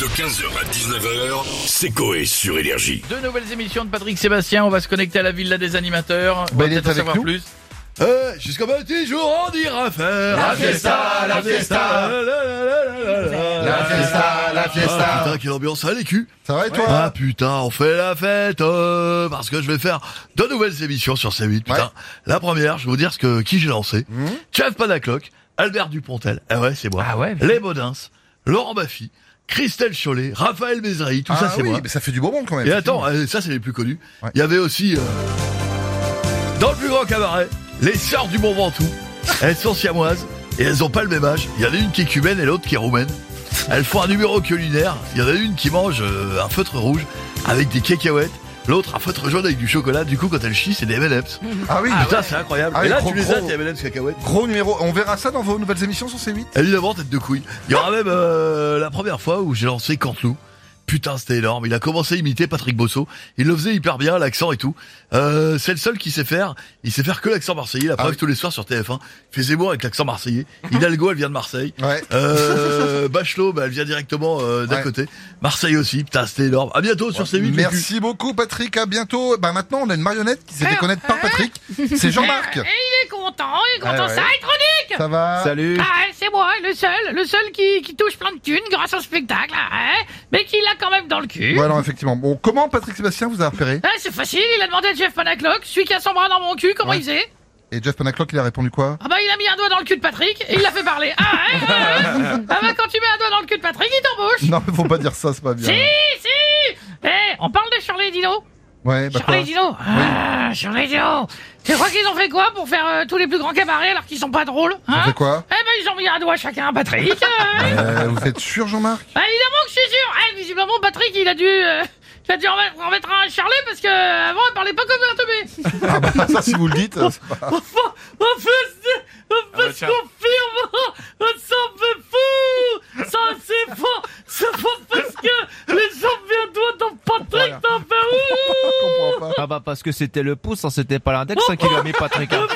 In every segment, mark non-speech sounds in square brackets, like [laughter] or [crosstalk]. De 15h à 19h, c'est Coé sur Énergie. Deux nouvelles émissions de Patrick Sébastien. On va se connecter à la villa des animateurs. On va Bah, il est peut-être en avec savoir nous. plus. Euh, jusqu'au petit jour, on dira faire La fiesta, la fiesta. La, la, la, la, la, la, La fiesta, la fiesta. Ah, putain, quelle ambiance, allez cul Ça va et toi Ah putain, on fait la fête euh, Parce que je vais faire deux nouvelles émissions sur C8, putain. Ouais. La première, je vais vous dire ce que qui j'ai lancé. Hmm Jeff Panacloc, Albert Dupontel, ah ouais, c'est moi. Ah ouais, Les Baudins, Laurent Baffy, Christelle Chollet, Raphaël Bézrahi, tout ça Ah c'est oui, moi. mais ça fait du bonbon quand même. Et attends, euh, ça c'est les plus connus. Ouais. Il y avait aussi euh, dans le plus grand cabaret, les sœurs du Mont [laughs] Ventoux. Elles sont siamoises et elles ont pas le même âge. Il y en a une qui est cubaine et l'autre qui est roumaine. Elles font un numéro culinaire. Il y en a une qui mange euh, un feutre rouge avec des cacahuètes, l'autre un feutre jaune avec du chocolat. Du coup, quand elle chie, c'est des M&M's. Ah oui, Putain, c'est incroyable. Ah et oui, là, gros, tu les as gros. tes M&M's cacahuètes. gros numéro. On verra ça dans vos nouvelles émissions sur C8 Évidemment, tête de couille. Il y aura même euh, la première fois où j'ai lancé Cantelou. Putain, c'était énorme. Il a commencé à imiter Patrick Bosso. Il le faisait hyper bien, l'accent et tout. Euh, c'est le seul qui sait faire. Il sait faire que l'accent marseillais. La preuve, Ah oui. tous les soirs sur TF1. Faisait moi avec l'accent marseillais. Hidalgo, elle vient de Marseille. Ouais. [laughs] Euh, Bachelot, bah, elle vient directement euh, d'à Ouais. côté. Marseille aussi. Putain, c'était énorme. À bientôt sur C8. le cul. Merci beaucoup Patrick, à bientôt. Bah maintenant on a une marionnette qui s'est fait connaître par Patrick. C'est Jean-Marc. Et Ah, il est content, il est Ah content. ouais. Ça, électronique Ça va Salut. Ah, ouais, c'est moi, le seul, le seul qui, qui touche plein de thunes grâce au spectacle, ah, ouais, mais qui l'a quand même dans le cul. Ouais, non, effectivement. Bon, comment Patrick Sébastien vous a repéré Ah, c'est facile, il a demandé à Jeff Panaclock, celui qui a son bras dans mon cul, comment Ouais. il faisait Et Jeff Panaclock, il a répondu quoi Ah bah il a mis un doigt dans le cul de Patrick et il l'a fait parler. Ah, ouais, ouais, [laughs] ouais. ah bah quand tu mets un doigt dans le cul de Patrick, il t'embauche Non, mais faut pas dire ça, c'est pas bien. Si, si Eh, on parle de Charlie et Dino Ouais, bah quoi Charlie et Dino Ah, Charlie et Dino Tu crois qu'ils ont fait quoi pour faire euh, tous les plus grands cabarets alors qu'ils sont pas drôles On hein fait quoi Eh ben ils ont mis un doigt chacun à Patrick. [laughs] hein. Euh, Vous êtes sûr Jean-Marc Bah, évidemment que je suis sûr. Eh, visiblement Patrick il a dû, euh, il a dû en mettre, en mettre un à Charlie parce que euh, avant il parlait pas comme un [laughs] teubé. Ah bah ça si vous le dites. c'est pas- Enfin, enfin, c'est- enfin, je confirme. Ça me fait fou. Ça c'est faux. C'est faux parce que les gens viennent doigt dans Patrick. Voilà. Ça [laughs] fait ouh. Je comprends pas. Ah bah parce que c'était le pouce, hein, c'était pas l'index hein, qui lui a mis Patrick. hein.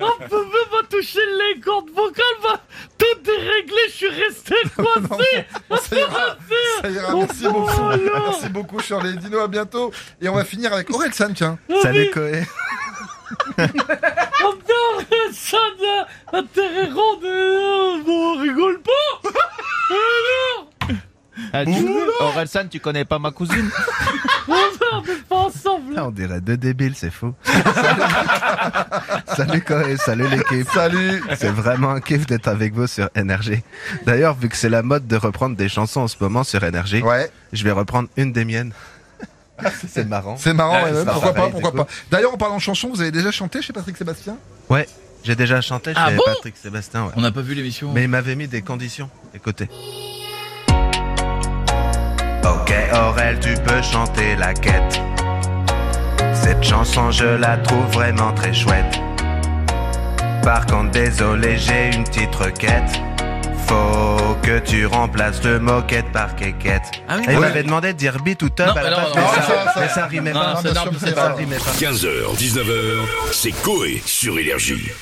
On peut même pas toucher les cordes vocales. va tout dérégler. Je suis resté coincé. Ça ira, ça ira. Merci Oh, beaucoup. non. Merci beaucoup, Shirley. Dino, à bientôt. Et on va finir avec Aurel San, tiens. Salut [laughs] Coé. Oh putain, ça n'a intérêt rond de... On rigole pas Alors Ah, tu... Orelsan, tu connais pas ma cousine On n'est pas ensemble On dirait deux débiles, c'est fou. [laughs] salut Corée, salut l'équipe. Salut. C'est vraiment un kiff d'être avec vous sur NRG. D'ailleurs, vu que c'est la mode de reprendre des chansons en ce moment sur NRG, Ouais, je vais reprendre une des miennes. [laughs] c'est marrant. c'est marrant, Ouais, ouais, c'est ouais, marrant, pourquoi pas, pareil, pourquoi c'est pas. D'ailleurs, en parlant de chansons, vous avez déjà chanté chez Patrick Sébastien Ouais, j'ai déjà chanté chez Ah bon Patrick Sébastien. ouais. On n'a pas vu l'émission. Mais il m'avait mis des conditions. Écoutez. Ok Aurel, tu peux chanter la quête. Cette chanson, je la trouve vraiment très chouette. Par contre, désolé, j'ai une petite requête. Faut que tu remplaces le moquette par quéquette. Ah oui, Et il ouais. m'avait demandé de dire beat ou tub Non, à la non, place, non, mais, non, ça, ça, ça- mais ça rimait non, pas. non, c'est bien énorme, sûr que c'est ça énorme. Ça rimait pas. 15h, 19h, c'est Coé sur Énergie.